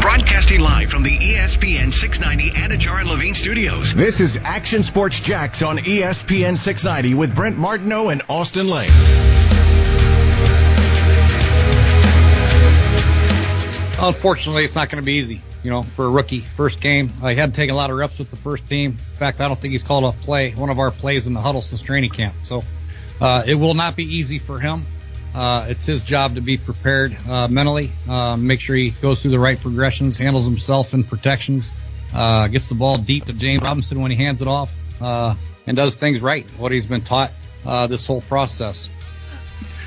Broadcasting live from the E ESPN 690 Anajar and Levine Studios. This is Action Sports Jacks on E ESPN 690 with Brent Martineau and Austin Lane. Unfortunately, it's not going to be easy, you know, for a rookie. First game, I had taken a lot of reps with the first team. In fact, I don't think he's called a play, one of our plays in the huddle since training camp. So uh, it will not be easy for him. Uh, it's his job to be prepared uh, mentally, uh, make sure he goes through the right progressions, handles himself in protections, uh, gets the ball deep to James Robinson when he hands it off, uh, and does things right, what he's been taught uh, this whole process.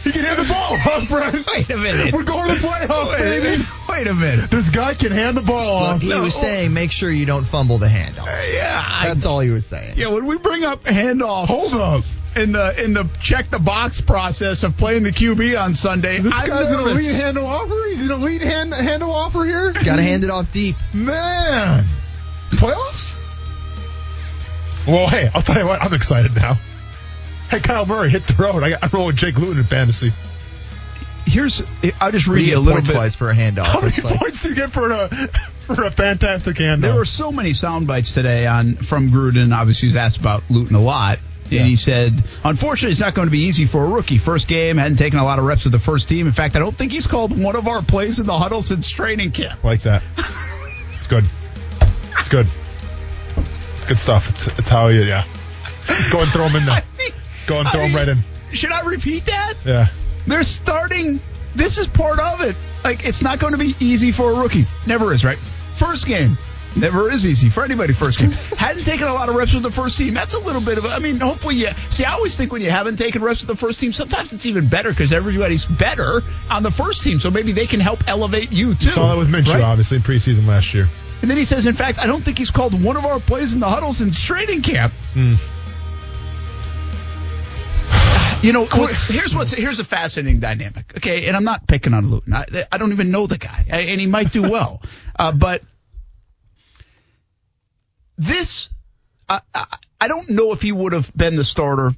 He can hand the ball off, Brent. Wait a minute. We're going to the Oh, playoffs, baby. Wait a minute. This guy can hand the ball off. He was saying, make sure you don't fumble the handoff. Uh, yeah, I- that's all he was saying. Yeah, when we bring up handoffs, Hold up. in the in the check the box process of playing the QB on Sunday, This I'm guy's an nervous. elite handle offer. He's an elite hand, handle offer here. Got to hand it off deep. Man, playoffs. Well, hey, I'll tell you what. I'm excited now. Hey, Kyle Murray hit the road. I got, I'm rolling Jake Luton in fantasy. Here's I'll just read you a Get little points bit. wise for a handoff. How many It's like- points do you get for a for a fantastic hand? There were so many sound bites today on from Gruden. Obviously, he was asked about Luton a lot. And he said, unfortunately, it's not going to be easy for a rookie. First game, hadn't taken a lot of reps with the first team. In fact, I don't think he's called one of our plays in the huddle since training camp. like that. It's good. It's good. It's good stuff. It's it's how you yeah. Go and throw him in there. Go and I throw him mean, right in. Should I repeat that? Yeah. They're starting. This is part of it. Like, it's not going to be easy for a rookie. Never is, right? First game. Never is easy for anybody first game. Hadn't taken a lot of reps with the first team. That's a little bit of, a- I mean, hopefully you, see, I always think when you haven't taken reps with the first team, sometimes it's even better because everybody's better on the first team. So maybe they can help elevate you too. Saw that with Minshew right? obviously in preseason last year. And then he says, in fact, I don't think he's called one of our plays in the huddles in training camp. You know, what's- here's what's here's a fascinating dynamic. Okay, and I'm not picking on Luton. I, I don't even know the guy, I- and he might do well, uh, but this, I, I, I don't know if he would have been the starter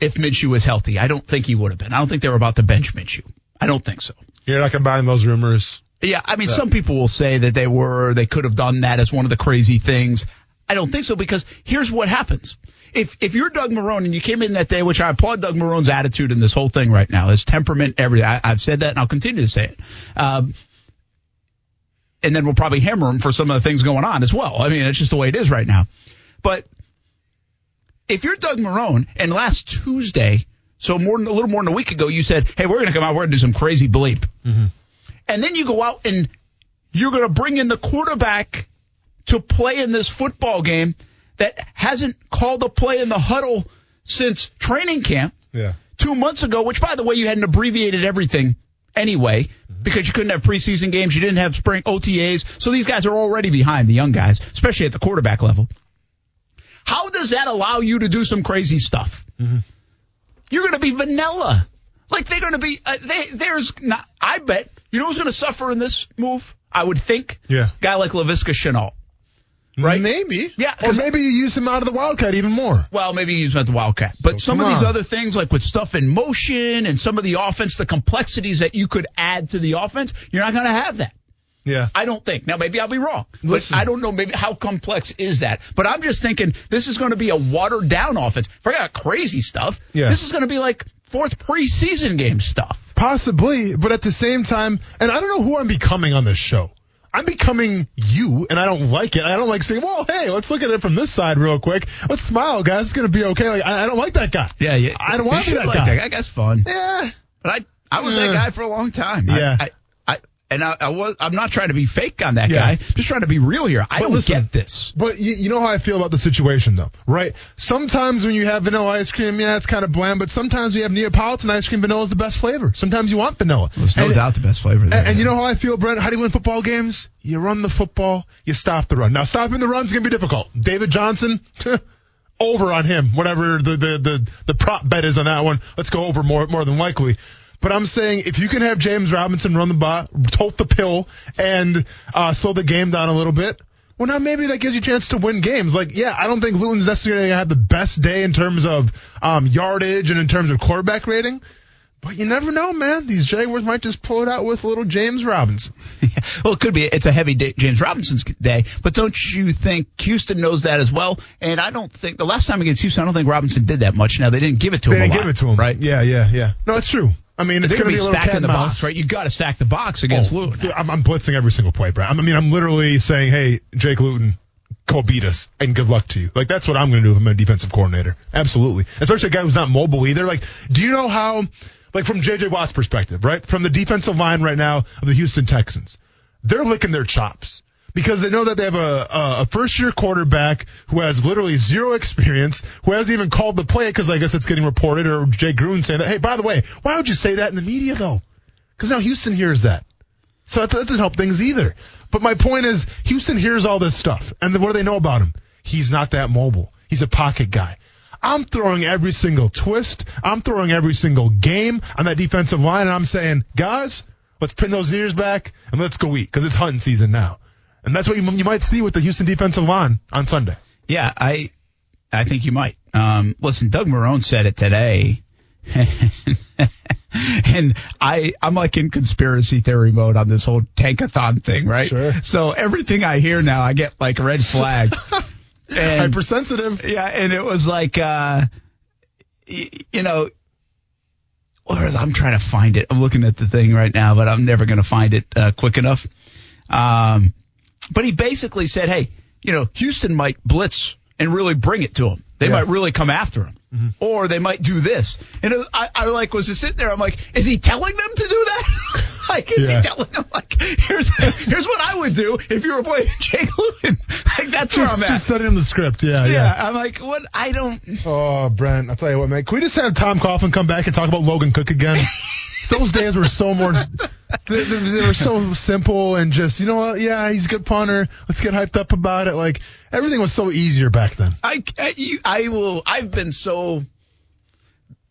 if Minshew was healthy. I don't think he would have been. I don't think they were about to bench Minshew. I don't think so. You're not combining those rumors. Yeah, I mean, some people will say that they were, they could have done that as one of the crazy things. I don't think so because here's what happens. If, if you're Doug Marone and you came in that day, which I applaud Doug Marone's attitude in this whole thing right now, his temperament, everything. I, I've said that and I'll continue to say it. Um, and then we'll probably hammer him for some of the things going on as well. I mean, it's just the way it is right now. But if you're Doug Marone and last Tuesday, so more than a little more than a week ago, you said, Hey, we're going to come out, we're going to do some crazy bleep and then you go out and you're going to bring in the quarterback to play in this football game that hasn't called a play in the huddle since training camp Yeah. two months ago, which, by the way, you hadn't abbreviated everything anyway because you couldn't have preseason games, you didn't have spring OTAs. So these guys are already behind, the young guys, especially at the quarterback level. How does that allow you to do some crazy stuff? You're going to be vanilla. Like they're going to be. Uh, they, there's not. I bet you know who's going to suffer in this move. I would think. Yeah. Guy like Lavisca Chenault. Right. Maybe. Yeah, Or 'cause- maybe you use him out of the Wildcat even more. Well, maybe he's not the Wildcat, but some of Oh, come these on. other things, like with stuff in motion and some of the offense, the complexities that you could add to the offense, you're not going to have that. Yeah. I don't think. Now, maybe I'll be wrong, but Listen. I don't know. Maybe how complex is that? But I'm just thinking this is going to be a watered down offense. Forget about crazy stuff. Yeah. This is going to be like fourth preseason game stuff. Possibly, but at the same time, and I don't know who I'm becoming on this show. I'm becoming you, and I don't like it. I don't like saying, "Well, hey, let's look at it from this side real quick. Let's smile, guys. It's gonna be okay." Like I, I don't like that guy. I don't want to be that like guy. that. That guy's fun. Yeah, But I, I was Yeah. that guy for a long time. Yeah. I, I, I and I, I was. I'm not trying to be fake on that Yeah. guy. I'm just trying to be real here. I don't listen, get this. But you, you know how I feel about the situation, though, right? Sometimes when you have vanilla ice cream, yeah, it's kind of bland. But sometimes you have Neapolitan ice cream. Vanilla is the best flavor. Sometimes you want vanilla. And- the best flavor. And, and you know how I feel, Brent? How do you win football games? You run the football, you stop the run. Now, stopping the run's going to be difficult. David Johnson, over on him, whatever the, the, the, the prop bet is on that one. Let's go over more, more than likely. But I'm saying if you can have James Robinson run the bot, tote the pill, and uh, slow the game down a little bit, well, now maybe that gives you a chance to win games. Like, yeah, I don't think Luton's necessarily going to have the best day in terms of um, yardage and in terms of quarterback rating. But you never know, man. These Jaguars might just pull it out with little James Robinson. well, it could be. It's a heavy day, James Robinson's day, but don't you think Houston knows that as well? And I don't think the last time against Houston, I don't think Robinson did that much. Now they didn't give it to They him. a didn't lot, give it to him, right? Yeah, yeah, yeah. No, it's true. I mean, it's, They're going gonna to be a little Oh. cat stacking and the mouse. box, right? You got to stack the box against Lou. Dude, I'm, I'm blitzing every single play, Brad. I'm- I mean, I'm literally saying, hey, Jake Luton, go beat us, and good luck to you. Like, that's what I'm going to do if I'm a defensive coordinator. Absolutely. Especially a guy who's not mobile either. Like, do you know how, like, from J.J. Watt's perspective, right? From the defensive line right now of the Houston Texans, they're licking their chops. Because they know that they have a, a, a first year quarterback who has literally zero experience, who hasn't even called the play because I guess it's getting reported or Jay Gruden saying that, hey, by the way, why would you say that in the media though? Because now Houston hears that. So that, that doesn't help things either. But my point is, Houston hears all this stuff, and then what do they know about him? He's not that mobile. He's a pocket guy. I'm throwing every single twist. I'm throwing every single game on that defensive line, and I'm saying, guys, let's pin those ears back and let's go eat because it's hunting season now. And that's what you, you might see with the Houston defensive line on Sunday. Yeah, I I think you might. Um, listen, Doug Marone said it today. And I, I'm like in conspiracy theory mode on this whole tankathon thing, right? Sure. So everything I hear now, I get like a red flag. and, Hypersensitive. yeah, and it was like, uh, y- you know, where is, I'm trying to find it. I'm looking at the thing right now, but I'm never going to find it uh, quick enough. Um, but he basically said, hey, you know, Houston might blitz and really bring it to him. They might really come after him, Mm-hmm. or they might do this. And it, I, I like was just sitting there. I'm like, is he telling them to do that? like, is Yeah. he telling them like, here's here's what I would do if you were playing Jake Luton? like that's where Just, I'm at. just setting him the script. yeah. Yeah, I'm like, what? I don't. Oh, Brent, I'll tell you what, man. Can we just have Tom Coughlin come back and talk about Logan Cook again? Those days were so more. They, they, they were so simple and just, you know what? Yeah, he's a good punter. Let's get hyped up about it. Like, everything was so easier back then. I, I, you- I will. I've been so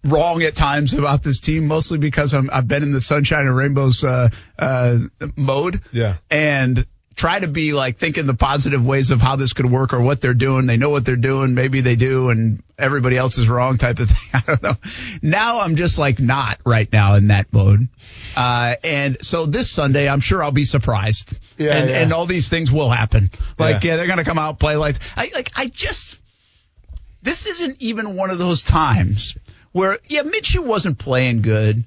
wrong at times about this team, mostly because I'm, I've been in the sunshine and rainbows uh, uh, mode. Yeah. And try to be like thinking the positive ways of how this could work or what they're doing. They know what they're doing. Maybe they do, and everybody else is wrong type of thing. I don't know. Now I'm just like not right now in that mode. Uh, and so this Sunday, I'm sure I'll be surprised. Yeah, and, yeah. and all these things will happen. Like, Yeah. yeah, they're going to come out, play lights. I, like, I just, this isn't even one of those times where yeah, Minshew wasn't playing good,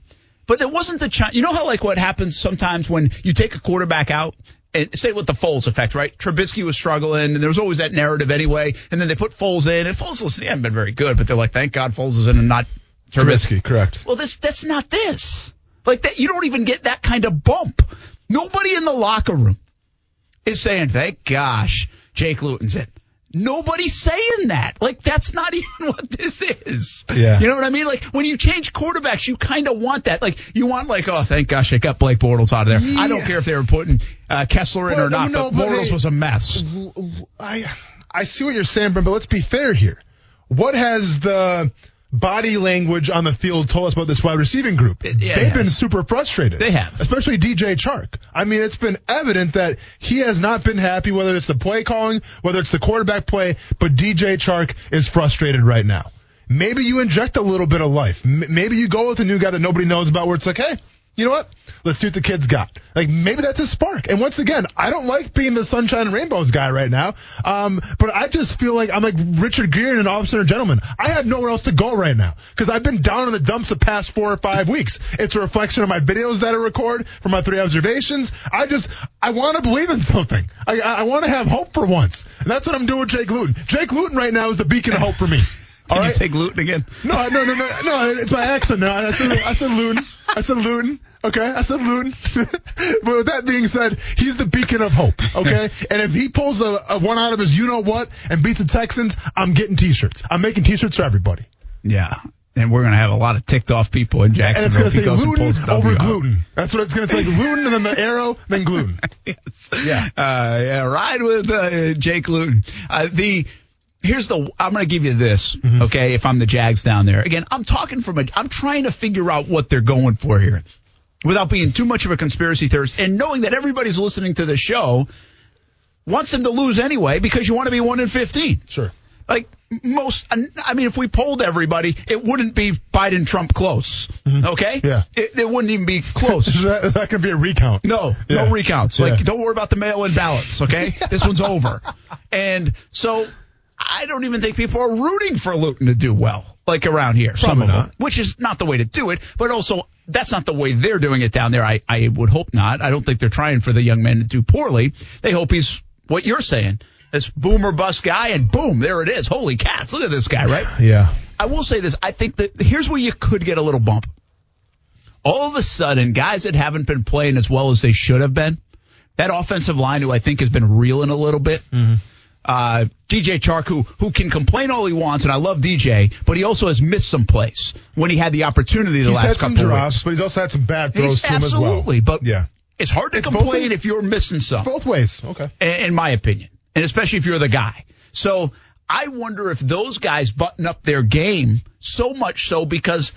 but there wasn't the chance. You know how like what happens sometimes when you take a quarterback out. And say with the Foles effect, right? Trubisky was struggling, and there was always that narrative anyway. And then they put Foles in, and Foles, listen, he hasn't been very good, but they're like, thank God Foles is in and not Trubisky. correct. Well, this that's not this. Like that, you don't even get that kind of bump. Nobody in the locker room is saying, "Thank gosh, Jake Luton's in." Nobody's saying that. Like that's not even what this is. Yeah. You know what I mean? Like when you change quarterbacks, you kind of want that. Like you want like, oh, thank gosh, I got Blake Bortles out of there. I don't care if they were putting uh, Kessler in Well, or not. no, but but Bortles they- was a mess. I, I see what you're saying, Brent, but let's be fair here. What has the body language on the field told us about this wide receiving group? yeah, They've it been has. super frustrated. They have. Especially DJ Chark. I mean, it's been evident that he has not been happy, whether it's the play calling, whether it's the quarterback play, but DJ Chark is frustrated right now. Maybe you inject a little bit of life. M- maybe you go with a new guy that nobody knows about where it's like, hey, you know what? Let's see what the kid's got. Like maybe that's a spark. And once again, I don't like being the sunshine and rainbows guy right now. Um, but I just feel like I'm like Richard Gere in an officer and gentleman. I have nowhere else to go right now because I've been down in the dumps the past four or five weeks. It's a reflection of my videos that I record from my three observations. I just I want to believe in something. I I, I want to have hope for once, and that's what I'm doing with Jake Luton. Jake Luton right now is the beacon of hope for me. Did All you right? say Luton again? No, I- no, no, no, no. It's my accent now. I said, I said Loon. I said Loon. Okay, I said Loon. but with that being said, he's the beacon of hope. Okay, and if he pulls a, a one out of his, you know what, and beats the Texans, I'm getting t-shirts. I'm making t-shirts for everybody, Yeah. And we're gonna have a lot of ticked off people in and it's Jacksonville. gonna if he say goes and Loon pulls W over out. gluten. That's what it's gonna say. Loon, and then the arrow, then gluten. Yeah. Uh, yeah. Ride with uh, Jake Luton. Uh, the here's the I'm going to give you this, okay? If I'm the Jags down there again, I'm talking from a I'm trying to figure out what they're going for here, without being too much of a conspiracy theorist, and knowing that everybody's listening to the show wants them to lose anyway because you want to be one in fifteen. Sure. Like most, uh, I mean, if we polled everybody, it wouldn't be Biden Trump close. Okay, Yeah. it, it wouldn't even be close. That, that could be a recount. No, Yeah. no recounts. Yeah. Like, don't worry about the mail-in ballots. Okay, this one's over. And so, I don't even think people are rooting for Luton to do well. Like around here, some Probably of them, not. which is not the way to do it. But also, that's not the way they're doing it down there. I, I would hope not. I don't think they're trying for the young man to do poorly. They hope he's what you're saying, this boomer bust guy, and boom, there it is. Holy cats! Look at this guy, right? Yeah. I will say this. I think that here's where you could get a little bump. All of a sudden, guys that haven't been playing as well as they should have been, that offensive line who I think has been reeling a little bit. Mm-hmm. Uh, DJ Chark, who, who can complain all he wants, and I love DJ, but he also has missed some plays when he had the opportunity the He's last had some couple of weeks. drops, but he's also had some bad throws He's to him as well. absolutely, but yeah, it's hard to It's both complain of- if you're missing some both ways. Okay. in in my opinion, and especially if you're the guy. So I wonder if those guys button up their game so much so because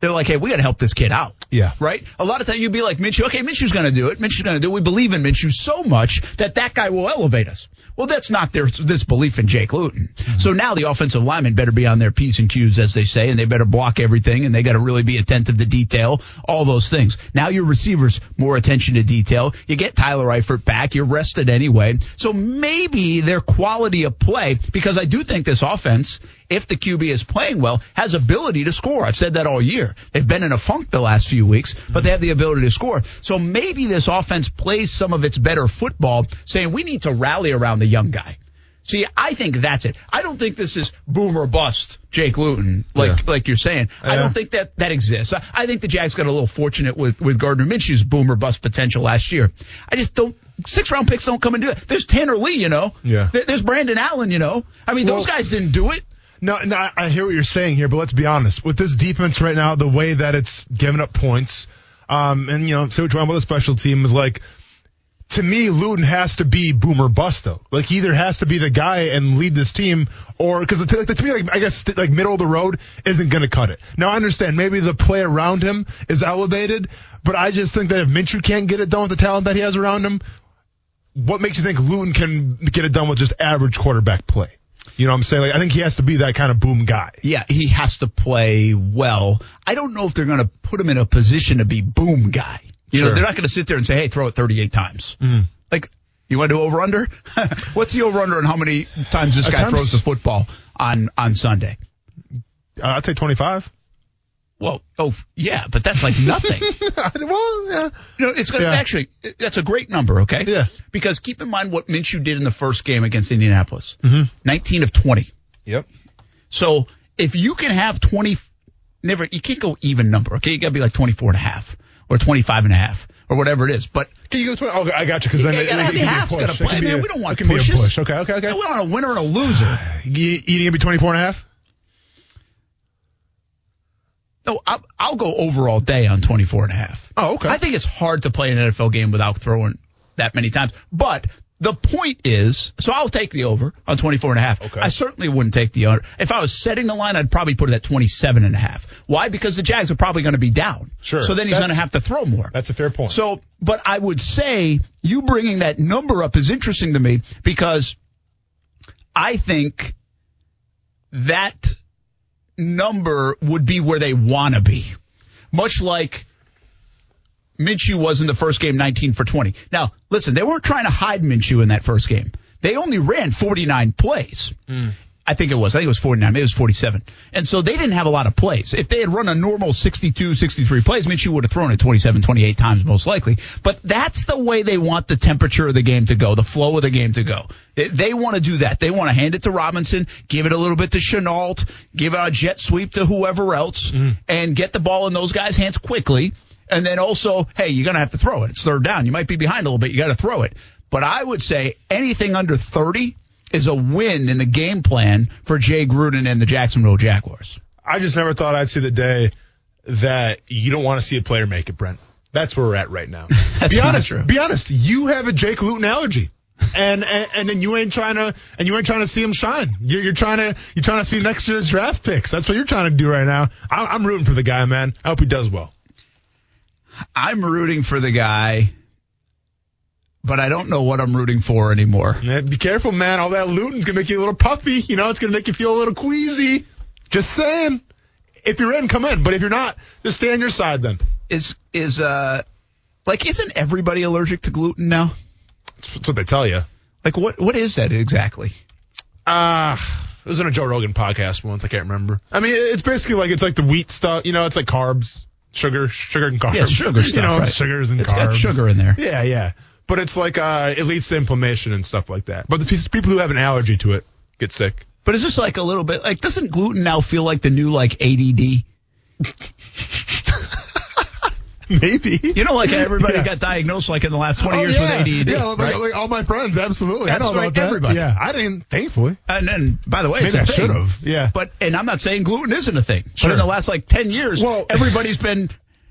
they're like, hey, we got to help this kid out. Yeah. Right? A lot of times you'd be like, Minshew, okay, Minshew's going to do it. Minshew's going to do it. We believe in Minshew so much that that guy will elevate us. Well, that's not their this belief in Jake Luton. So now the offensive linemen better be on their P's and Q's, as they say, and they better block everything, and they got to really be attentive to detail, all those things. Now your receivers more attention to detail. You get Tyler Eifert back. You're rested anyway. So maybe their quality of play, because I do think this offense, if the QB is playing well, has ability to score. I've said that all year. They've been in a funk the last few weeks, but they have the ability to score. So maybe this offense plays some of its better football, saying we need to rally around the young guy. See, I think that's it. I don't think this is boom or bust, Jake Luton, like Yeah. like you're saying. I Yeah. don't think that that exists. I, I think the Jags got a little fortunate with with Gardner Minshew's boom or bust potential last year. I just don't. Six round picks don't come and do it. There's Tanner Lee, you know. Yeah. There- There's Brandon Allen, you know. I mean, those Well- guys didn't do it. No, no, I- I hear what you're saying here, but let's be honest. With this defense right now, the way that it's giving up points, um, and you know, so what you want about the special team is like, to me, Luton has to be boomer bust though. Like he either has to be the guy and lead this team, or because like, to me, like, I guess like middle of the road isn't going to cut it. Now I understand maybe the play around him is elevated, but I just think that if Minshew can't get it done with the talent that he has around him, what makes you think Luton can get it done with just average quarterback play? You know what I'm saying? Like, I think he has to be that kind of boom guy. Yeah, he has to play well. I don't know if they're going to put him in a position to be boom guy. You know, Sure. they're not going to sit there and say, "Hey, throw it 38 times." Like, you want to do over under? What's the over under on how many times this guy Attempts? throws the football on on Sunday? Uh, I'd say 25. Well, oh yeah, but that's like nothing. well, yeah. You know, it's gonna, Yeah. actually that's a great number, okay? Yeah. Because keep in mind what Minshew did in the first game against Indianapolis. 19 of 20. Yep. So if you can have 20, never, you can't go even number, okay? You got to be like 24 and a half or 25 and a half or whatever it is. But Can you go 20? Oh, I got you. Because then you it, got to it, have the it can be a halves push. got to It can play, be man. a- we don't it want can be a pushes. push. Okay, okay, okay. We want a winner and a loser. You, you think it'd be 24 and a half? No, I'll, I'll go over all day on 24 and a half. Oh, okay. I think it's hard to play an NFL game without throwing that many times. But the point is, so I'll take the over on 24 and a half. Okay. I certainly wouldn't take the under. If I was setting the line, I'd probably put it at 27 and a half. Why? Because the Jags are probably going to be down. Sure. So then he's That's- going to have to throw more. That's a fair point. So, but I would say you bringing that number up is interesting to me because I think that number would be where they want to be. Much like Minshew was in the first game 19 for 20. Now, listen, they weren't trying to hide Minshew in that first game. They only ran 49 plays. I think it was. I think it was 49. Maybe it was 47. And so they didn't have a lot of plays. If they had run a normal 62, 63 plays, Minshew would have thrown it 27, 28 times most likely. But that's the way they want the temperature of the game to go, the flow of the game to go. They, they want to do that. They want to hand it to Robinson, give it a little bit to Chenault, give a jet sweep to whoever else, and get the ball in those guys' hands quickly. And then also, hey, you're going to have to throw it. It's third down. You might be behind a little bit. You got to throw it. But I would say anything under 30 is a win in the game plan for Jay Gruden and the Jacksonville Jaguars. I just never thought I'd see the day that you don't want to see a player make it, Brent. That's where we're at right now. That's be not honest. true. Be honest. You have a Jake Luton allergy. And, and and then you ain't trying to and you ain't trying to see him shine. You're, you're trying to you're trying to see next year's draft picks. That's what you're trying to do right now. I, I'm rooting for the guy, man. I hope he does well. I'm rooting for the guy, but I don't know what I'm rooting for anymore. Yeah, be careful, man. All that looting's gonna make you a little puffy. You know, it's gonna make you feel a little queasy. Just saying. If you're in, come in. But if you're not, just stay on your side then. Is is uh like isn't everybody allergic to gluten now? That's that's what they tell you. Like what what is that exactly? Uh it was in a Joe Rogan podcast once. I can't remember. I mean, it's basically like it's like the wheat stuff. You know, it's like carbs, sugar, sugar and carbs. Yeah, sugar stuff, You know, right. sugars and It's carbs. got sugar in there. Yeah, yeah. But it's like uh, it leads to inflammation and stuff like that. But the pe- people who have an allergy to it get sick. But is this like a little bit like doesn't gluten now feel like the new like ADD? Maybe. You know, like everybody Yeah. Oh, got diagnosed like in the last 20 years yeah. with ADD. Yeah, like, right? like all my friends, absolutely. That's I know about right, that. everybody. Yeah, I didn't. Thankfully, and then, by the way, it's Maybe a I thing. should've, yeah. But and I'm not saying gluten isn't a thing. But Sure. in the last like 10 years, Well- everybody's been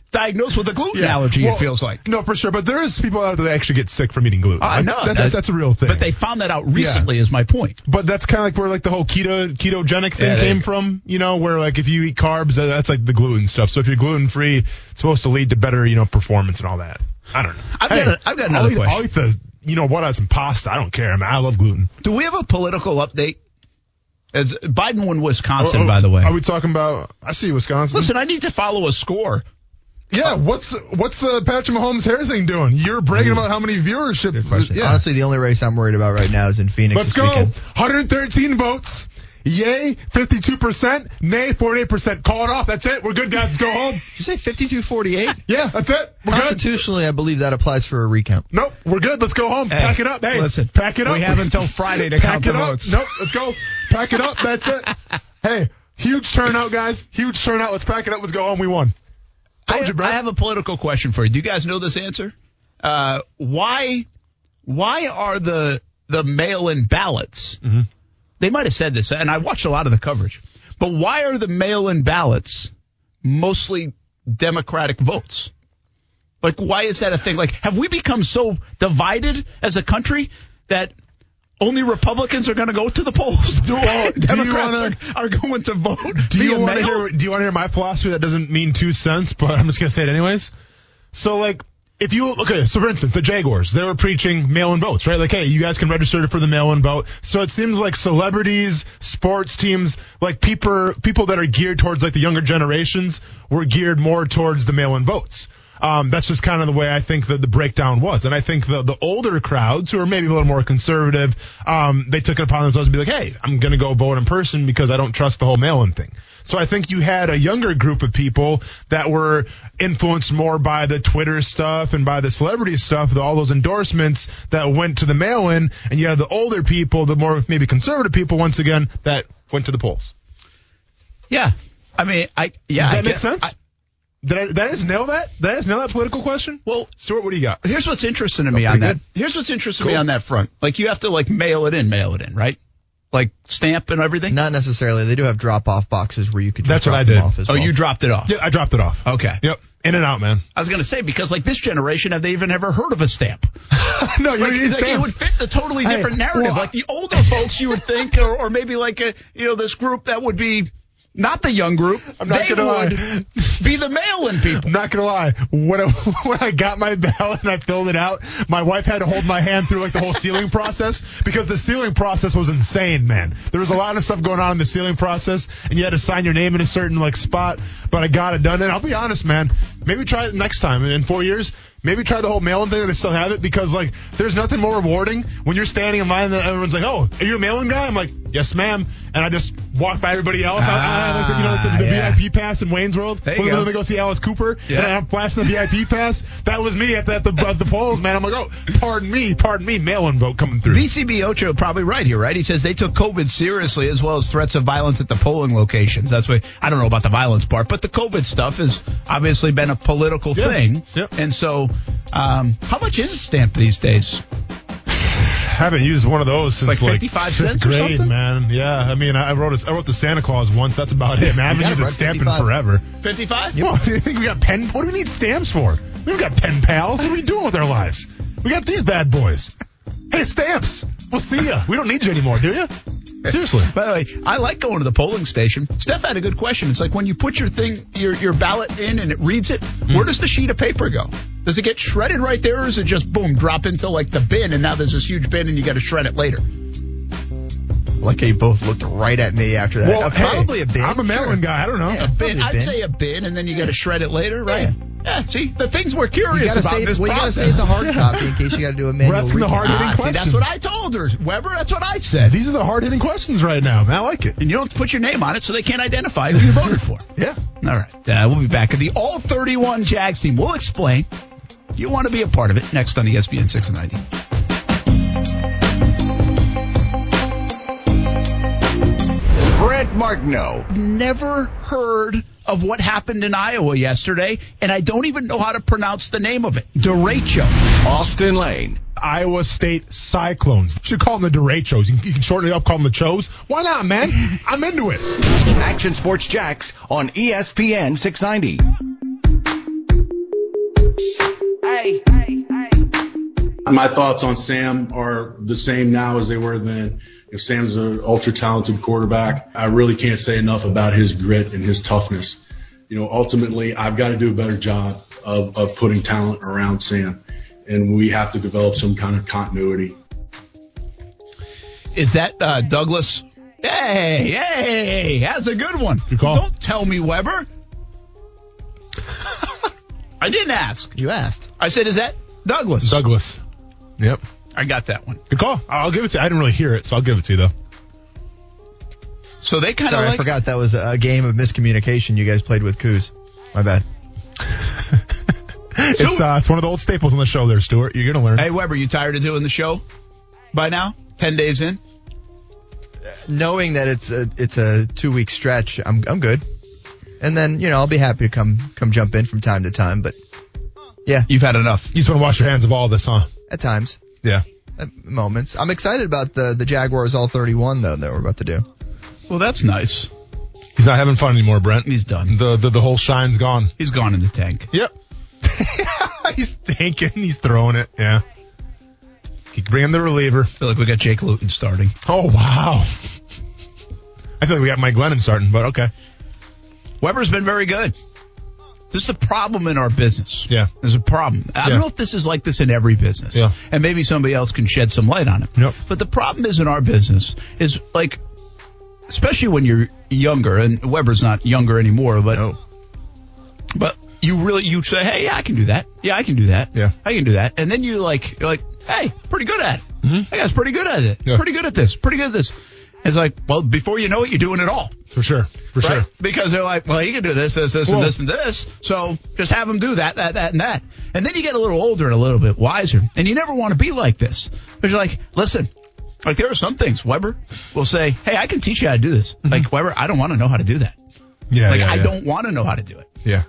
diagnosed with a gluten allergy. Well, it feels like. No, for sure. But there is people out there that actually get sick from eating gluten. I Like, know that's, that's, that's a real thing. But they found that out recently. Is my point. But that's kind of like where like the whole keto ketogenic thing Yeah, there came you go. from, you know, where like if you eat carbs, tha- that's like the gluten stuff. So if you're gluten free, it's supposed to lead to better, you know, performance and all that. I don't know. I've got a- I've got I'll another eat, question. I'll eat the, you know what, I some pasta. I don't care. I mean, I love gluten. Do we have a political update? As Biden won Wisconsin, Oh, oh, by the way. Are we talking about? I see Wisconsin. Listen, I need to follow a score. yeah. What's what's the Patrick Mahomes hair thing doing? You're bragging about how many viewership. Good question. Yeah. Honestly, the only race I'm worried about right now is in Phoenix Let's this go. weekend. 113 votes. Yay, 52%. Nay, 48%. Call it off. That's it. We're good, guys. Let's go home. Did you say 5248? Yeah, that's it. We're good. Constitutionally, I believe that applies for a recount. Nope, we're good. Let's go home. pack it up. Hey, listen, pack it up. we have until Friday to pack count it the up. votes. Nope, let's go. Pack it up. That's it. Hey, huge turnout, guys. Huge turnout. Let's pack it up. Let's go home. We won. Told I, you, bro. I have a political question for you. Do you guys know this answer? Uh, why, why are the the mail-in ballots? Mm-hmm. They might have said this, and I watched a lot of the coverage. But why are the mail-in ballots mostly Democratic votes? Like, why is that a thing? Like, have we become so divided as a country that only Republicans are going to go to the polls? Do you Democrats wanna- are, are going to vote? do you want to mail? hear? Do you want to hear my philosophy? That doesn't mean two cents, but I'm just gonna say it anyways. So like, if you okay, so for instance, the Jaguars, they were preaching mail-in votes, right? Like, hey, you guys can register for the mail-in vote. So it seems like celebrities, sports teams, like people people that are geared towards like the younger generations, were geared more towards the mail-in votes. Um, that's just kind of the way I think that the breakdown was. And I think the, the older crowds who are maybe a little more conservative, um, they took it upon themselves to be like, Hey, I'm going to go vote in person because I don't trust the whole mail-in thing. So I think you had a younger group of people that were influenced more by the Twitter stuff and by the celebrity stuff, the, all those endorsements that went to the mail-in. And you had the older people, the more maybe conservative people once again that went to the polls. Yeah, I mean, I yeah. Does I that make guess- sense? I- did I, did I just nail that? Did I just nail that political question? Well- Stuart, what do you got? here's what's interesting to me on Oh, pretty that. good. Here's what's interesting to me Cool. on that front. Like you have to like mail it in, mail it in, right? Like stamp and everything. Not necessarily. They do have drop-off boxes where you could just That's what drop I them did. off as oh, well. you dropped it off. Yeah, I dropped it off. Okay. Yep. In and out, man. I was gonna say because like this generation have they even ever heard of a stamp? no, Like, you don't need like, it would stamps. fit the totally Hey, different narrative. well, like the older folks, you would think, or, or maybe like a you know this group that would be not the young group. I'm not they gonna lie. would be the mail-in people. I'm not gonna lie. When I, when I got my ballot and I filled it out, my wife had to hold my hand through like the whole sealing process because the sealing process was insane, man. There was a lot of stuff going on in the sealing process, and you had to sign your name in a certain like spot. But I got it done, and I'll be honest, man. Maybe try it next time in four years. Maybe try the whole mail-in thing. They still have it because like there's nothing more rewarding when you're standing in line and everyone's like, "Oh, are you a mail-in guy?" I'm like, "Yes, ma'am," and I just walk by everybody else. I- I, like the, you know, like the, the Ah, yeah. VIP pass in Wayne's World. There you When- go. when they go see Alice Cooper, Yeah. and I'm flashing the VIP pass. That was me at the, at the, at the polls, man. I'm like, oh, pardon me, pardon me, mail-in vote coming through. BCB Ocho probably right here, right? He says they took COVID seriously as well as threats of violence at the polling locations. That's why I don't know about the violence part, but the COVID stuff has obviously been a political Yeah. thing. Yep. And so, um, how much is a stamp these days? I haven't used one of those since Like like 55 fifth cents or grade, something? man. Yeah, I mean, I I wrote a, I wrote the Santa Claus once. That's about it, man. I haven't gotta used a write stamp in 55. forever. Fifty-five. Well, you think we got pen? What do we need stamps for? We don't got pen pals. What are we doing with our lives? We got these bad boys. Hey, stamps. We'll see ya. We don't need you anymore, do you? Seriously. By the way, I like going to the polling station. Steph had a Hmm. good question. It's like when you put your thing, your your ballot in, and it reads it. Where does the sheet of paper go? Does it get shredded right there, or is it just boom, drop into like the bin, and now there's this huge bin, and you got to shred it later? Like they both looked right at me after that. Uh, hey, probably a big. I'm a melon sure. guy. I don't know. Yeah, probably Bin. a I'd bin. say a bin, and then you got to shred it later, right? Yeah. see, the things we're You curious gotta about in save, this well, you gotta process. save the hard copy in case you gotta do a manual. asking the recap. hard- Ah, see, that's questions. what I told her, Weber. That's what I said. These are the hard hitting questions right now. I like it. and you don't put your name on it so they can't identify who you voted for. Yeah. All right. Uh, we'll be back at the All 31 Jags team. We'll explain. You want to be a part of it next on E ESPN 690. Brent Martineau. Never heard of what happened in Iowa yesterday, and I don't even know how to pronounce the name of it. Derecho. Austin Lane. Iowa State Cyclones. Should call them the Derechos. You can, you can shorten it up, call them the Chos. Why not, man? I'm into it. Action Sports Jacks on E ESPN 690. My thoughts on Sam are the same now as they were then. If Sam's an ultra talented quarterback, I really can't say enough about his grit and his toughness. You know, ultimately, I've got to do a better job of, of putting talent around Sam, and we have to develop some kind of continuity. Is that uh, Douglas? Hey, hey, that's a good one. Good call. Don't tell me, Weber. I didn't ask. You asked. I said, is that Douglas? Douglas. Yep. I got that one. Good call. I'll give it to you. I didn't really hear it, so I'll give it to you, though. So they kind of Sorry, like, I forgot that was a game of miscommunication you guys played with Coos. My bad. It's, uh, it's one of the old staples on the show there, Stuart. You're going to learn. Hey Weber, you tired of doing the show by now? Ten days in. Knowing that it's a it's a two week stretch, I'm I'm good. And then you know I'll be happy to come come jump in from time to time, but You've had enough. You just want to wash your hands of all this, huh? at times, Yeah. at moments, I'm excited about the the Jaguars all 31 though that we're about to do. Well, that's nice. He's not having fun anymore, Brent. He's done. The, the, the whole shine's gone. He's gone in the tank. Yep. he's thinking. He's throwing it. Yeah. He can bring in the reliever. I feel like we got Jake Luton starting. Oh, wow. I feel like we got Mike Glennon starting, but okay. Weber's been very good. This is a problem in our business. Yeah. There's a problem. I Yeah. don't know if this is like this in every business. Yeah. And maybe somebody else can shed some light on it. Yep. But the problem is in our business is like, especially when you're younger, and Weber's not younger anymore, but but you really you say, hey, yeah, I can do that. Yeah, I can do that. Yeah. I can do that. And then you like you're like, hey, pretty good at it. Mm-hmm. I guess pretty good at it. Yeah. Pretty good at this. Pretty good at this. It's like, well, before you know it, you're doing it all. For sure. For Right? sure. Because they're like, well, you can do this, this, this, Well- and this, and this. So just have them do that, that, that, and that. And then you get a little older and a little bit wiser, and you never want to be like this. Because you're like, listen, like there are some things Weber will say, hey, I can teach you how to do this. Like Weber, I don't want to know how to do that. Mm-hmm. Yeah. Like yeah, I yeah. don't want to know how to do it Yeah.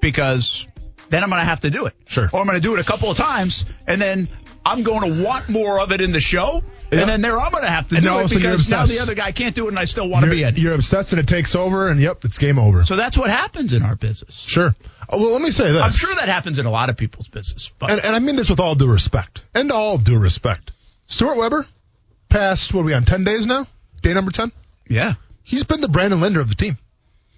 because then I'm going to have to do it. Sure. Or I'm going to do it a couple of times, and then I'm going to want more of it in the show, Yeah. and then there I'm going to have to And do all of it a sudden you're because now the obsessed. other guy can't do it, and I still want to You're, be in. it. you're obsessed and it takes over, and yep, it's game over. So that's what happens in our business. sure. Oh, well, let me say this. I'm sure that happens in a lot of people's business, but and, and I mean this with all due respect, and all due respect. Stuart Weber, past what are we on ten days now? Day number ten. yeah, He's been the Brandon Linder of the team,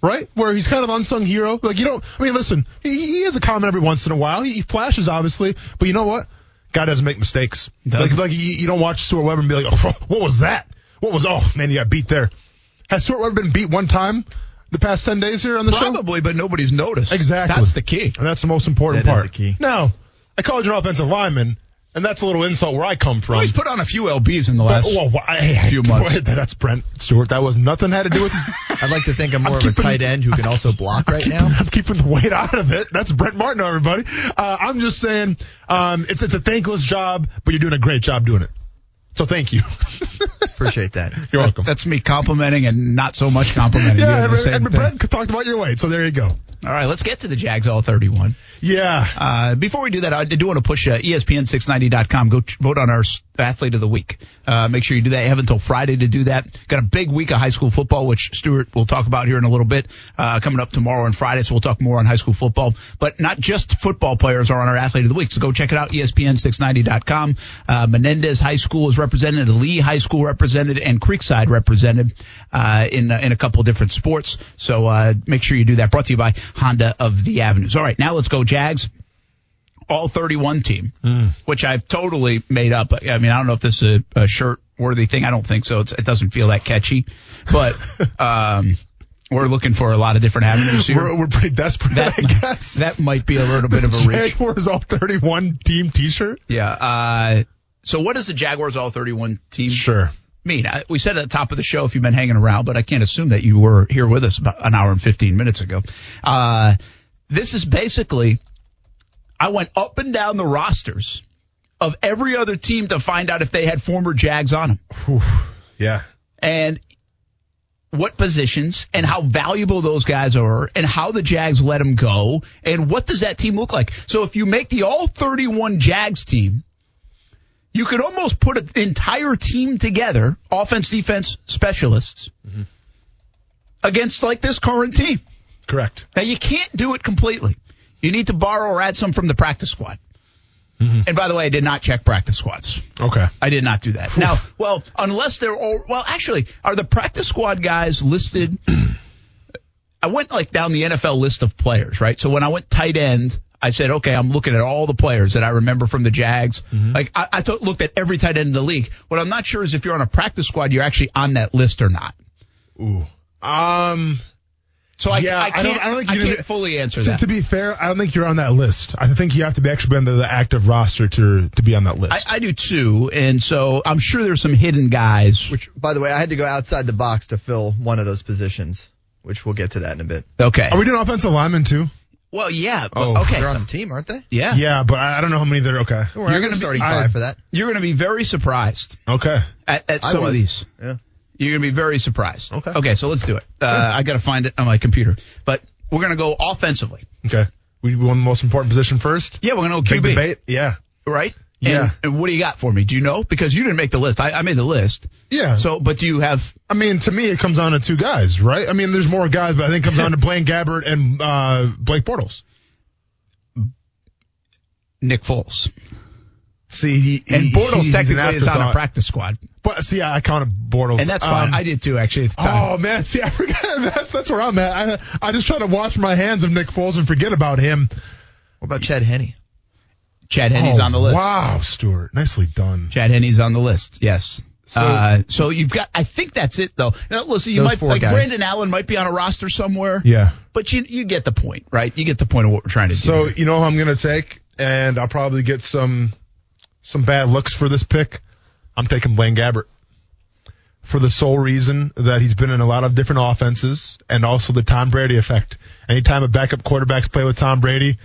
right? Where he's kind of unsung hero. Like you don't. I mean, listen, he, he has a comment every once in a while. He, he flashes obviously, but you know what? Guy doesn't make mistakes. Doesn't. Like, like you, you don't watch Stuart Weber and be like, oh, what was that? What was? Oh man, he got beat there. Has Stuart Weber been beat one time the past ten days here on the show? probably, but nobody's noticed. Exactly. That's the key. And that's the most important That is part. the key. Now, I called you an offensive lineman, and that's a little insult where I come from. Well, he's put on a few lbs in the last. Well, well, I- few months. Boy, that's Brent Stewart. That was nothing had to do with. I'd like to think I'm more of keeping- a tight end who can also block right keeping- now. I'm keeping the weight out of it. That's Brent Martin, everybody. Uh, I'm just saying, um, it's it's a thankless job, but you're doing a great job doing it. So thank you. Appreciate that. You're welcome. That's me complimenting and not so much complimenting. yeah, you and, the same and thing. Brent talked about your weight, so there you go. All right, let's get to the Jags all 31. Yeah. Uh, before we do that, I do want to push uh, ESPN690.com. Go ch- vote on our s- athlete of the week. Uh, make sure you do that. You have until Friday to do that. Got a big week of high school football, which Stuart will talk about here in a little bit, uh, coming up tomorrow and Friday. So we'll talk more on high school football, but not just football players are on our athlete of the week. So go check it out. E ESPN690.com. Uh, Menendez High School is represented. Lee High School represented and Creekside represented, uh, in, uh, in a couple different sports. So, uh, make sure you do that. Brought to you by Honda of the Avenues. All right. Now let's go Jags all 31 team, which I've totally made up. I mean, I don't know if this is a, a shirt worthy thing. I don't think so. It's, it doesn't feel that catchy, but, um, we're looking for a lot of different avenues here. We're, we're pretty desperate, that, I guess. that might be a little bit of a reach. Jaguars all 31 team T-shirt. Yeah. Uh, so what does the Jaguars all 31 team Sure. mean? I, we said at the top of the show if you've been hanging around, but I can't assume that you were here with us about an hour and 15 minutes ago. Uh, this is basically, I went up and down the rosters of every other team to find out if they had former Jags on them Yeah. and what positions and how valuable those guys are and how the Jags let them go and what does that team look like. So if you make the all 31 Jags team, you could almost put an entire team together, offense, defense, specialists, against like this current team. Correct. Now you can't do it completely. You need to borrow or add some from the practice squad. And by the way, I did not check practice squads. Okay. I did not do that. Now, well, unless they're all well, actually, are the practice squad guys listed? I went like down the NFL list of players, right? So when I went tight end, I said, okay, I'm looking at all the players that I remember from the Jags. Mm-hmm. Like I, I th- looked at every tight end in the league. What I'm not sure is if you're on a practice squad, you're actually on that list or not. Um. So I, Yeah, I Uh, I can't, don't- I don't think you can't did- fully answer To, that. to be fair, I don't think you're on that list. I think you have to be actually be on the, the active roster to to be on that list. I, I do too, and so I'm sure there's some hidden guys. Which, by the way, I had to go outside the box to fill one of those positions, which we'll get to that in a bit. Okay. Are we doing offensive linemen too? well, yeah. but- Oh, okay. They're on the team, aren't they? yeah. Yeah, but I, I don't know how many there. Okay. We're You're gonna gonna be- starting I- five for that. You're going to be very surprised. Okay. at, at I some of was. these. Yeah. You're going to be very surprised. Okay. Okay, so let's do it. Uh, I got to find it on my computer. But we're going to go offensively. Okay. We we won the most important position first. Yeah, we're going to go Big QB. debate. Yeah. Right? Yeah. And, and what do you got for me? Do you know? Because you didn't make the list. I, I made the list. Yeah. So, but do you have. I mean, to me, it comes down to two guys, right? I mean, there's more guys, but I think it comes down to Blaine Gabbert and uh, Blake Bortles. Nick Foles. See, he, he- And Bortles he's an technically is on a afterthought. practice squad. But see, I counted Bortles, And that's fine. Um, I did too, actually. At the time. Oh man, see, I forgot. That's that's where I'm at. I I just try to wash my hands of Nick Foles and forget about him. What about Chad Henney? Chad Henney's Oh, on the list. Wow, Stuart, nicely done. Chad Henney's on the list. Yes. So, uh, so you've got. I think that's it, though. Now, listen, you Those might four like guys. Brandon Allen might be on a roster somewhere. Yeah. But you you get the point, right? You get the point of what we're trying to So do. you know who I'm gonna take, and I'll probably get some some bad looks for this pick. I'm taking Blaine Gabbert for the sole reason that he's been in a lot of different offenses, and also the Tom Brady effect. Anytime a backup quarterback's play with Tom Brady,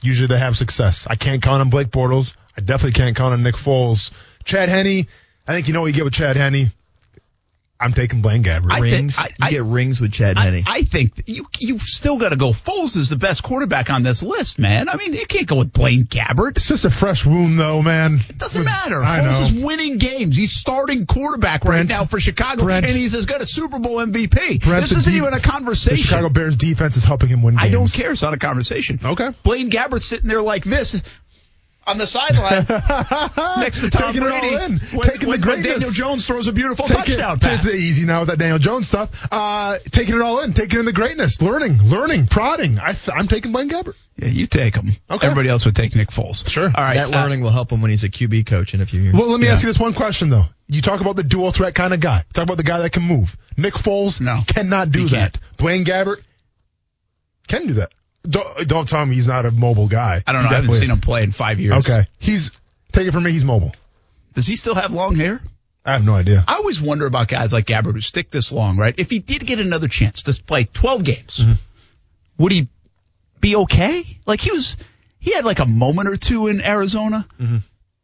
usually they have success. I can't count on Blake Bortles. I definitely can't count on Nick Foles. Chad Henney, I think you know what you get with Chad Henney. I'm taking Blaine Gabbert. I Rings. I- you I- get rings with Chad I, Henney. I think that you you've still got to go. Foles is the best quarterback on this list, man. I mean, you can't go with Blaine Gabbert. it's just a fresh wound, though, man. Doesn't matter. Hmm. I Foles know. is winning games. He's starting quarterback Brent. right now for Chicago, Brent. and he's as good a Super Bowl MVP. Brent, this the isn't deep- even a The conversation. Chicago Bears defense is helping him win games. I don't care. It's not a conversation. Okay. Blaine Gabbert sitting there like this on the sideline next to Tom Taking it all Brady when, in. Taking the when- when greatness. Daniel Jones throws a beautiful Take it- touchdown take pass. it easy now with that Daniel Jones stuff. Uh, taking it all in, taking in the greatness, learning, learning, prodding. I th- I'm taking Blaine Gabbert. Yeah, you take him. Okay. Everybody else would take Nick Foles. Sure. All right. that uh, learning will help him when he's a QB coach in a few years. Well, let me Yeah. ask you this one question though. You talk about the dual threat kind of guy. Talk about the guy that can move. Nick Foles No. cannot do He that. can't. Blaine Gabbert can do that. Don't, don't tell me he's not a mobile guy. uh, I don't know. He I haven't definitely- seen him play in five years. Okay, he's take it from me. He's mobile. Does he still have long hair? I have no idea. I always wonder about guys like Gabbert who stick this long, right? If he did get another chance to play 12 games, Mm-hmm. would he be okay? Like he was, he had like a moment or two in Arizona, Mm-hmm.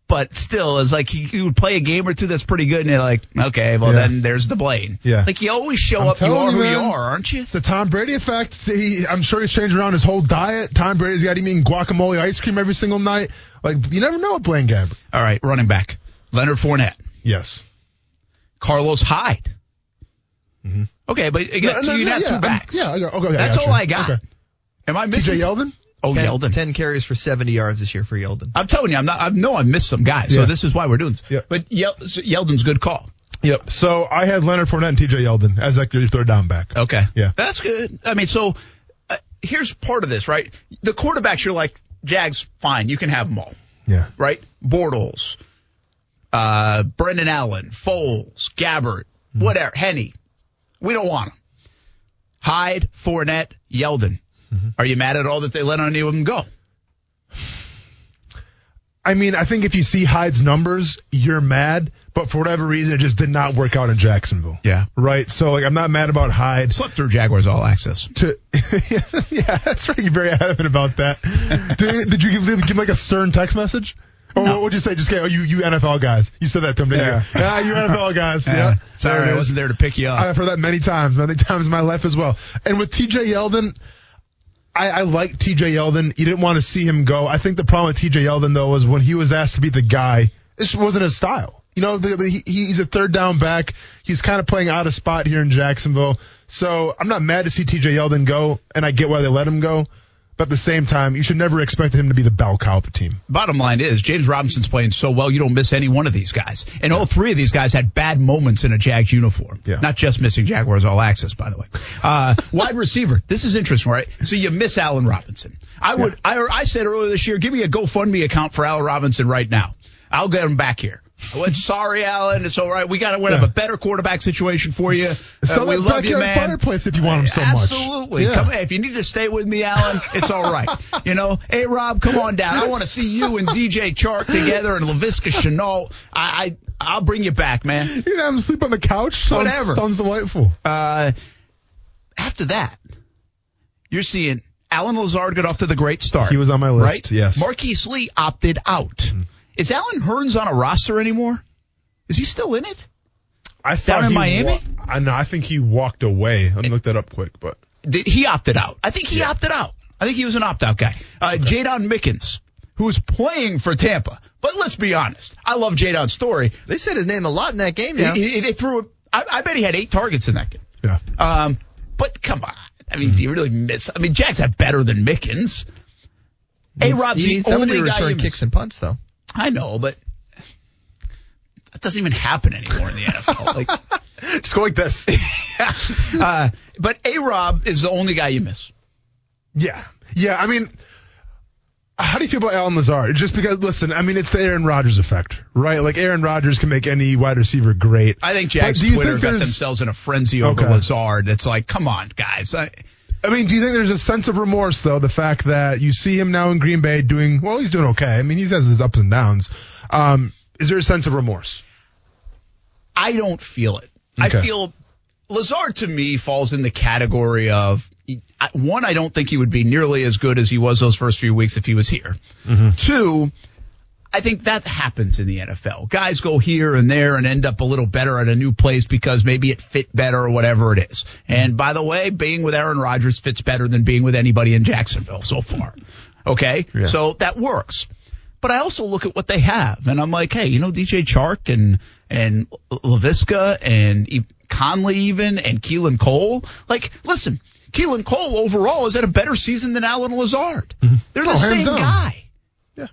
but still, it's like he, he would play a game or two that's pretty good, and you're like, okay, well Yeah. then there's the Blaine. Yeah. Like you always show I'm up, you telling are you, who you man. are, aren't you? the Tom Brady effect. He, I'm sure he's changed around his whole diet. Tom Brady's got him eating guacamole ice cream every single night. Like you never know with Blaine Gabbert. All right, running back, Leonard Fournette, Yes. Carlos Hyde. Okay, but again, Mm-hmm. No, no, you no, have yeah, two I'm- backs. yeah, I got- okay, I that's got all you. I got. Okay. Am I TJ missing? Yeldon. Oh, Ten- Yeldon. Ten carries for 70 yards this year for Yeldon. I'm telling you, I'm not. I know I missed some guys, Yeah. so this is why we're doing this. Yeah. But Yel- so Yeldon's good call. Yep. So I had Leonard Fournette and T.J. Yeldon as like your third down back. Okay. Yeah. That's good. I mean, so uh, here's part of this, right? The quarterbacks, you're like, Jags, fine, you can have them all, Yeah. right? Bortles, uh, Brendan Allen, Foles, Gabbert, Hmm. whatever, Henny. We don't want them. Hyde, Fournette, Yeldon. Mm-hmm. Are you mad at all that they let any of them go? I mean, I think if you see Hyde's numbers, you're mad, but for whatever reason, it just did not work out in Jacksonville. Yeah. Right? So, like, I'm not mad about Hyde. Slipped through Jaguars all access. to yeah, that's right. You're very adamant about that. did, did you give, give like a stern text message? Or what would you say? Just go, oh, you, you NFL guys. You said that to him. didn't Yeah. you? Ah, you NFL guys. Yeah. Yeah. There Sorry, it I is. wasn't there to pick you up. I've heard that many times, many times in my life as well. And with TJ Yeldon, I, I like TJ Yeldon. You didn't want to see him go. I think the problem with TJ Yeldon though was when he was asked to be the guy, this wasn't his style. You know, the, the, he, he's a third down back. He's kind of playing out of spot here in Jacksonville. So I'm not mad to see TJ Yeldon go, and I get why they let him go. But at the same time, you should never expect him to be the bell cow of the team. Bottom line is, James Robinson's playing so well, you don't miss any one of these guys. And all three of these guys had bad moments in a Jags uniform. Yeah. Not just missing Jaguars All Access, by the way. Uh, wide receiver. This is interesting, right? So you miss Allen Robinson. I would. I, I said earlier this year, give me a GoFundMe account for Allen Robinson right now. I'll get him back here. I went, sorry, Allen. It's all right. We got to have Yeah. a better quarterback situation for you. Uh, Sell we that love you, backyard man. fireplace if you want him so much. Absolutely. Yeah. Come if you need to stay with me, Alan, it's all right. You know, hey Rob, come on down. I want to see you and DJ Chark together and Lavisca Chenault. I, I I'll bring you back, man. You know, I'm sleep on the couch. Sounds, Whatever. Sounds delightful. Uh, after that, you're seeing Alan Lazard got off to the great start. He was on my list, right? yes. Mm-hmm. Marquise Lee opted out. Is Alan Hearns on a roster anymore? Is he still in it? I thought in he Miami? wa- I know. I think he walked away. Let me look that up quick. But Did, he opted out. I think he opted out. I think he was an opt out guy. Uh, Jadon Mickens, who's playing for Tampa. But let's be honest. I love Jadon's story. They said his name a lot in that game. Now. He- he- they threw, I, I bet he had eight targets in that game. yeah, Um, but come on. I mean, do you really miss? I mean, Jags have better than Mickens. A Rob's He the needs somebody only to guy you return miss. kicks and punts, though. I know, but that doesn't even happen anymore in the NFL. Like, just go like this. uh, but A Rob is the only guy you miss. yeah, yeah. I mean, how do you feel about Alan Lazard? Just because, listen, I mean, it's the Aaron Rodgers effect, right? Like Aaron Rodgers can make any wide receiver great. I think Jags But do you Twitter think got there's- themselves in a frenzy over Okay. Lazard. That's like, come on, guys. I, I mean, do you think there's a sense of remorse though? The fact that you see him now in Green Bay doing well, he's doing okay. I mean, he has his ups and downs. Um, is there a sense of remorse? I don't feel it. I Okay. feel Lazard to me falls in the category of I- one. I don't think he would be nearly as good as he was those first few weeks if he was here. Two. I think that happens in the NFL. Guys go here and there and end up a little better at a new place because maybe it fit better or whatever it is. And by the way, being with Aaron Rodgers fits better than being with anybody in Jacksonville so far. Okay? So that works. But I also look at what they have and I'm like, hey, you know, DJ Chark and, and LaVisca and e- Conley even and Keelan Cole. Like, listen, Keelan Cole overall is at a better season than Alan Lazard. They're the Oh, hands same down. guy.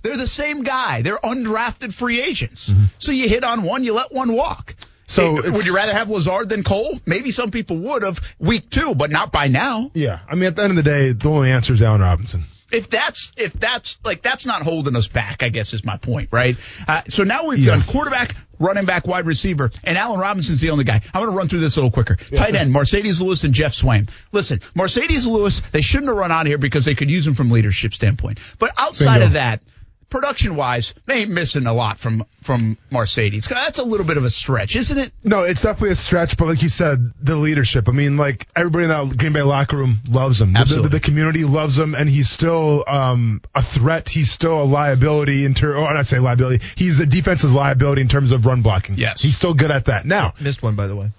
They're the same guy. They're undrafted free agents. So you hit on one, you let one walk. Mm-hmm. So Hey, it's- would you rather have Lazard than Cole? Maybe some people would have week two, but not by now. Yeah, I mean, at the end of the day, the only answer is Allen Robinson. If that's if that's like that's not holding us back, I guess is my point, right? Uh, so now we've done quarterback, running back, wide receiver, and Allen Robinson's the only guy. I'm going to run through this a little quicker. Tight end, Mercedes Lewis and Jeff Swain. Listen, Mercedes Lewis, they shouldn't have run out here because they could use him from leadership standpoint. But outside Bingo. of that, production wise, they ain't missing a lot from from Mercedes. That's a little bit of a stretch, isn't it? No, it's definitely a stretch, but like you said, the leadership. I mean, like everybody in that Green Bay locker room loves him. The- Absolutely. The, the community loves him, and he's still um, a threat. He's still a liability in terms. Oh, I say liability. He's the defense's liability in terms of run blocking. Yes. he's still good at that. Now, Missed one, by the way.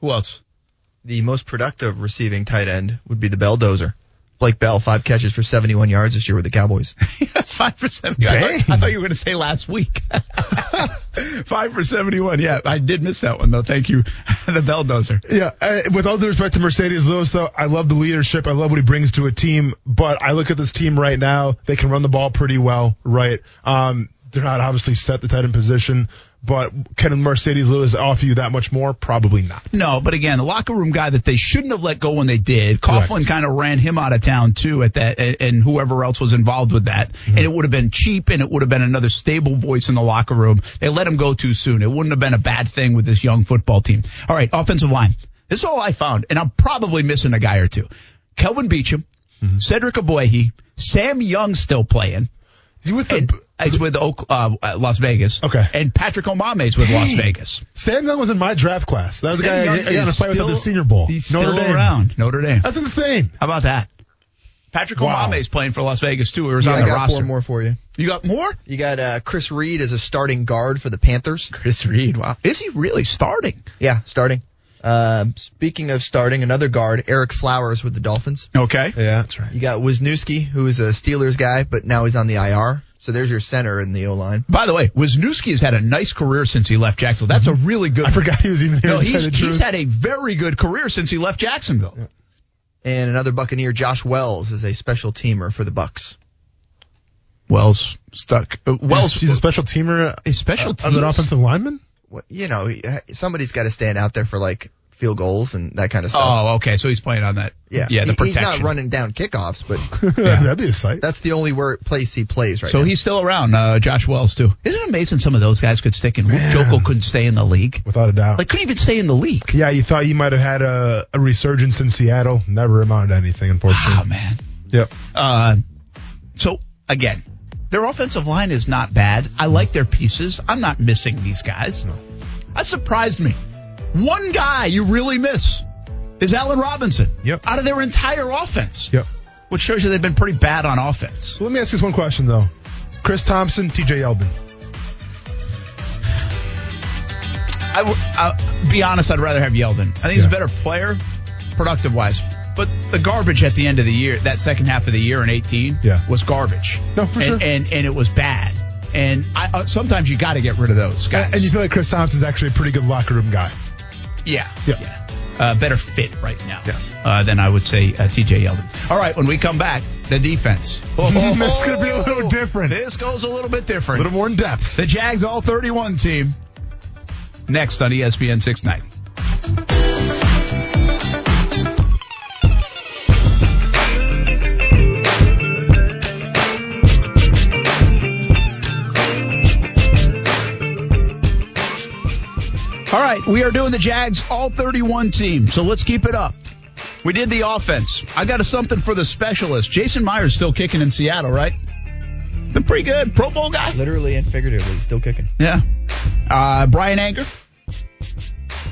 Who else? The most productive receiving tight end would be the Belldozer. Blake Bell, five catches for 71 yards this year with the Cowboys. That's five for seventy. I thought, I thought you were going to say last week. five for seventy-one. Yeah, I did miss that one though. Thank you, the bulldozer. yeah, uh, with all due respect to Mercedes Lewis, though, I love the leadership. I love what he brings to a team. But I look at this team right now; they can run the ball pretty well, right? Um, they're not obviously set the tight end position, But can Mercedes Lewis offer you that much more? Probably not. No, but again, the locker room guy that they shouldn't have let go when they did. Coughlin kind of ran him out of town too at that, and, and whoever else was involved with that. And Mm-hmm. it would have been cheap, and it would have been another stable voice in the locker room. They let him go too soon. It wouldn't have been a bad thing with this young football team. All right, offensive line. This is all I found, and I'm probably missing a guy or two. Kelvin Beecham, Mm-hmm. Cedric Aboye, Sam Young still playing. Is he with And the it's with Oak, uh, Las Vegas. Okay. And Patrick Omame's with Las Hey. Vegas. Sam Young was in my draft class. That was Sam the guy I, Young I got to is fight with at the still- Senior Bowl. He's Notre still Dame. around. Notre Dame. That's insane. How about that? Patrick Wow. Omame is playing for Las Vegas too. Or is on I the got roster. four more for you. You got more? You got uh, Chris Reed as a starting guard for the Panthers. Chris Reed. Wow. Is he really starting? Yeah, starting. Um, speaking of starting, another guard, Eric Flowers with the Dolphins. Okay. Yeah, that's right. You got Wisniewski, who is a Steelers guy, but now he's on the IR. So there's your center in the O line. By the way, Wisniewski has had a nice career since he left Jacksonville. That's a really good. Mm-hmm. I forgot he was even here. No, to tell he's, the he's truth. had a very good career since he left Jacksonville. And another Buccaneer, Josh Wells, is a special teamer for the Bucks. Wells stuck. Uh, Wells. He's- he's a special teamer uh, a special as an teams- offensive lineman. What- You know, he- somebody's got to stand out there for like field goals and that kind of stuff. Oh, okay. So he's playing on that. yeah, Yeah. The He- protection. He's not running down kickoffs, but That'd be a sight. that's the only where, place he plays right So now. he's still around, uh, Josh Wells too. Isn't it amazing some of those guys could stick and Luke Jokel couldn't stay in the league? Without a doubt. Like couldn't even stay in the league. yeah, you thought you might have had a, a resurgence in Seattle. Never amounted to anything, Oh unfortunately. man. yep. Uh, so again, their offensive line is not bad. I like their pieces. I'm not missing these guys. That surprised me. One guy you really miss is Allen Robinson. Yep. Out of their entire offense. Yep. Which shows you they've been pretty bad on offense. So let me ask you this one question though: Chris Thompson, T.J. Yeldon. I w- I'll be honest, I'd rather have Yeldon. I think he's a Yeah. better player, productive wise. But the garbage at the end of the year, that second half of the year in 18, Yeah. was garbage. No, for and, sure. And, and it was bad. And I, uh, sometimes you got to get rid of those guys. And and you feel like Chris Thompson's actually a pretty good locker room guy. Yeah. Yeah. Uh, better fit right now Yeah. uh, than I would say uh, TJ Yeldon. All right, when we come back, the defense. That's gonna be a little different. This goes a little bit different. A little more in depth. The Jags all 31 team. Next on E ESPN 690. All right, we are doing the Jags all 31 team, so let's keep it up. We did the offense. I got a something for the specialist. Jason Myers still kicking in Seattle, right? Been pretty good. Pro Bowl guy. Literally and figuratively, still kicking. Yeah. Uh, Brian Anger.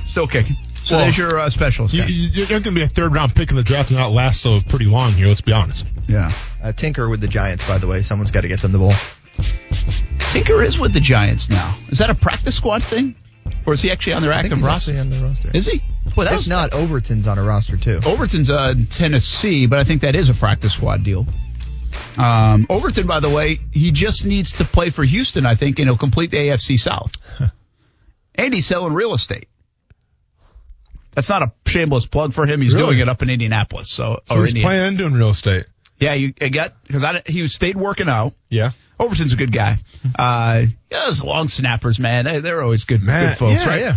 Still kicking. So Well, there's your uh, specialist. You, guy. you- you're going to be a third round pick in the draft and not last so pretty long here. Let's be honest. yeah. Uh, Tinker with the Giants, by the way. Someone's got to get them the ball. Tinker is with the Giants now. Is that a practice squad thing? Or is he actually on their I think active he's roster? actually on the roster. Is he? Well, If that's not, Overton's on a roster too. Overton's uh, Tennessee, but I think that is a practice squad deal. Um, Overton, by the way, he just needs to play for Houston, I think, and he'll complete the AFC South. and he's selling real estate. That's not a shameless plug for him. He's Really? doing it up in Indianapolis. So, or Who's Indiana. playing and doing real estate? Yeah, you I got because I he stayed working out. Yeah. Overton's a good guy. Uh, yeah, those long snappers, man, they, they're always good, good folks, yeah, right? yeah.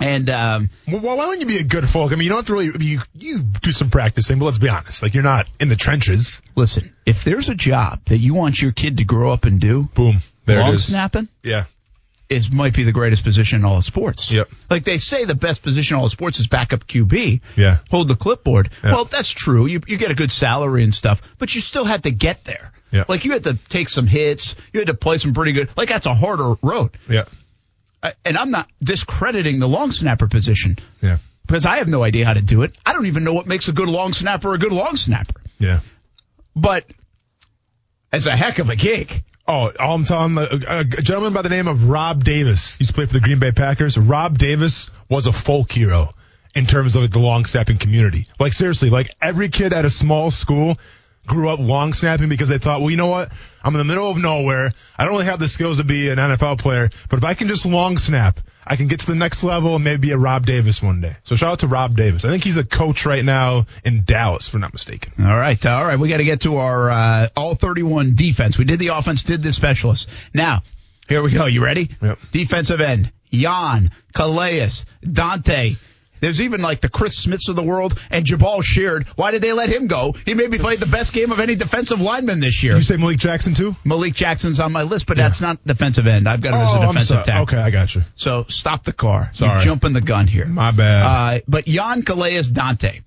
And um, Well, why wouldn't you be a good folk? I mean, you don't have to really. I mean, you you do some practicing, but let's be honest. Like you're not in the trenches. listen, if there's a job that you want your kid to grow up and do, Boom. There long it is. snapping Yeah. is might be the greatest position in all of sports. Yep. Like they say, the best position in all of sports is backup QB. Yeah. Hold the clipboard. Yeah. Well, that's true. You you get a good salary and stuff, but you still had to get there. Yeah. Like you had to take some hits. You had to play some pretty good. Like that's a harder road. Yeah. I- and I'm not discrediting the long snapper position Yeah. because I have no idea how to do it. I don't even know what makes a good long snapper a good long snapper. Yeah. But it's a heck of a gig. Oh, all I'm telling a, a gentleman by the name of Rob Davis used to play for the Green Bay Packers. Rob Davis was a folk hero in terms of the long snapping community. Like seriously, like every kid at a small school grew up long snapping because they thought, well, you know what? I'm in the middle of nowhere. I don't really have the skills to be an NFL player, but if I can just long snap, I can get to the next level and maybe be a Rob Davis one day. So shout out to Rob Davis. I think he's a coach right now in Dallas, if I'm not mistaken. All right, all right. We got to get to our uh, all 31 defense. We did the offense, did the specialists. Now, Here we go. You ready? Yep. Defensive end. Jan, Calais, Dante. There's even like the Chris Smiths of the world and Jabal Sheard. Why did they let him go? He maybe played the best game of any defensive lineman this year. You say Malik Jackson too? Malik Jackson's on my list, but that's not defensive end. I've got him as a Oh, I'm defensive so- tackle. Okay, I got you. So stop the car. You're Sorry. jumping the gun here. My bad. Uh, but Jan Calais Dante.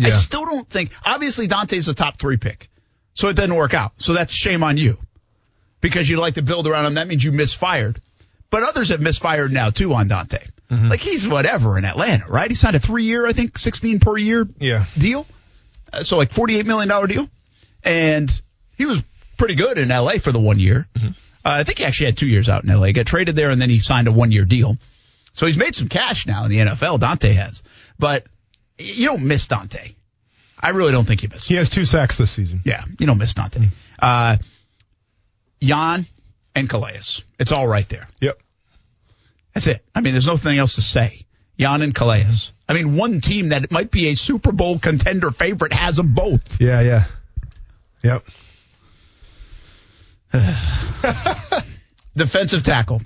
I Yeah. still don't think. Obviously, Dante's a top three pick, so it doesn't work out. So that's shame on you, because you like to build around him. That means you misfired. But others have misfired now too on Dante. Mm-hmm. Like he's whatever in Atlanta, right? He signed a three-year, I think, sixteen per year Yeah. deal. Uh, so like forty-eight million dollar deal, and he was pretty good in L.A. for the one year. Uh, I think he actually had two years out in L.A. Got traded there, and then he signed a one-year deal. So he's made some cash now in the NFL. Dante has, but y- you don't miss Dante. I really don't think you miss. he has two sacks this season. Yeah, you don't miss Dante. Uh, Jan and Calais. It's all right there. Yep. That's it. I mean, there's nothing else to say. Jan and Calais. I mean, one team that might be a Super Bowl contender favorite has them both. Yeah, yeah. Yep. Defensive tackle,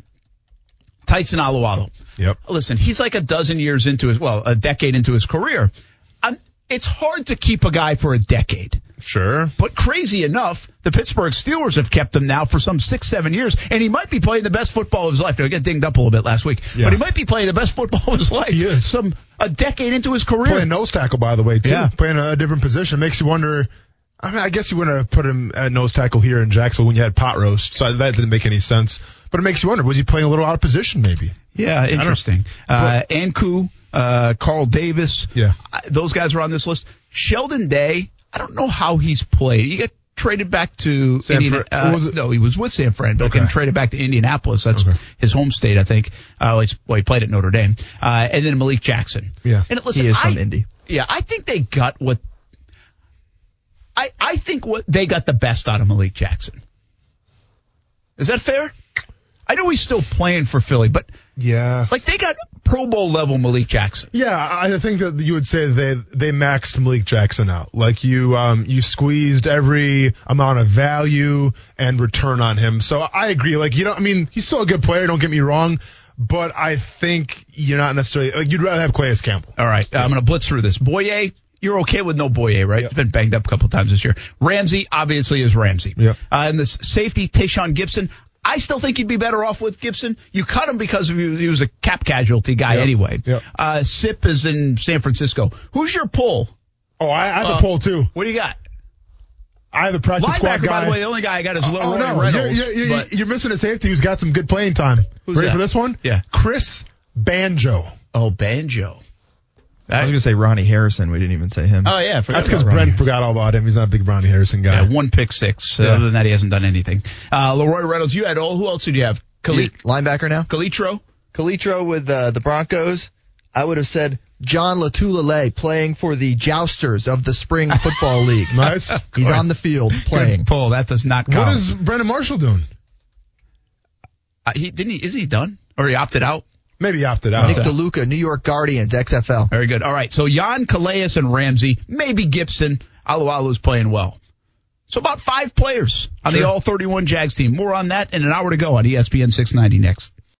Tyson Alualo. Yep. Listen, he's like a dozen years into his, well, a decade into his career. i it's hard to keep a guy for a decade. Sure. But crazy enough, the Pittsburgh Steelers have kept him now for some six, seven years, and he might be playing the best football of his life. Now, he got dinged up a little bit last week, Yeah. but he might be playing the best football of his life. He is. Some a decade into his career. Playing nose tackle, by the way, too. Yeah. Playing a different position makes you wonder. I mean, I guess you wouldn't have put him at nose tackle here in Jacksonville when you had pot roast, so that didn't make any sense. But it makes you wonder: was he playing a little out of position, maybe? Yeah, interesting. Uh, Anku, uh, Carl Davis. Yeah. Uh, Those guys are on this list. Sheldon Day, I don't know how he's played. He got traded back to San Indiana- Fran- uh, what was it? No, he was with San Fran, but Okay. then traded back to Indianapolis. That's Okay. his home state, I think. Uh, well, he's- well, he played at Notre Dame. Uh, and then Malik Jackson. Yeah. And listen, He is from I- Indy. Yeah, I think they got what I, I think what they got the best out of Malik Jackson. Is that fair? I know he's still playing for Philly, but Yeah. like they got Pro Bowl level Malik Jackson. Yeah, I think that you would say they they maxed Malik Jackson out. Like you um you squeezed every amount of value and return on him. So I agree. Like you know, I mean, he's still a good player. Don't get me wrong, but I think you're not necessarily like you'd rather have Clayus Campbell. All right, I'm going to blitz through this. Boye, you're okay with no Boye, right? Yep. He's been banged up a couple times this year. Ramsey obviously is Ramsey. Yep. Uh, and this safety Tayshawn Gibson, I still think you'd be better off with Gibson. You cut him because of he was a cap casualty guy Yep. anyway. Yep. Uh, Sip is in San Francisco. Who's your pull? Oh, I, I have Uh, a poll too. What do you got? I have a practice squad Linebacker, guy. by the way, the only guy I got is Little oh Ray no, Reynolds. you're, you're, you're, but- you're missing a safety who's got some good playing time. Who's Ready that? for this one? Yeah. Chris Banjo. oh, Banjo. I was gonna say Ronnie Harrison. We didn't even say him. Oh, yeah. I forgot That's because about Ronnie. Brent forgot all about him. He's not a big Ronnie Harrison guy. Yeah, Uh, one pick six. Uh, Yeah. Other than that, he hasn't done anything. Uh, Leroy Reynolds, you had all. Who else did you have? Kali- Linebacker now. Calitro? Calitro with uh, the Broncos. I would have said John Latulele playing for the Jousters of the Spring Football League. Nice. He's on the field playing. Paul, that does not count. What is Brandon Marshall doing? Uh, he didn't. He, is he done or he opted out? Maybe he opted out. Nick DeLuca, New York Guardians, XFL. Very good. All right. So Jan Calais and Ramsey, maybe Gibson. Alualu's playing well. So about five players on the Sure. E all 31 Jags team. More on that in an hour to go on ESPN 690 next.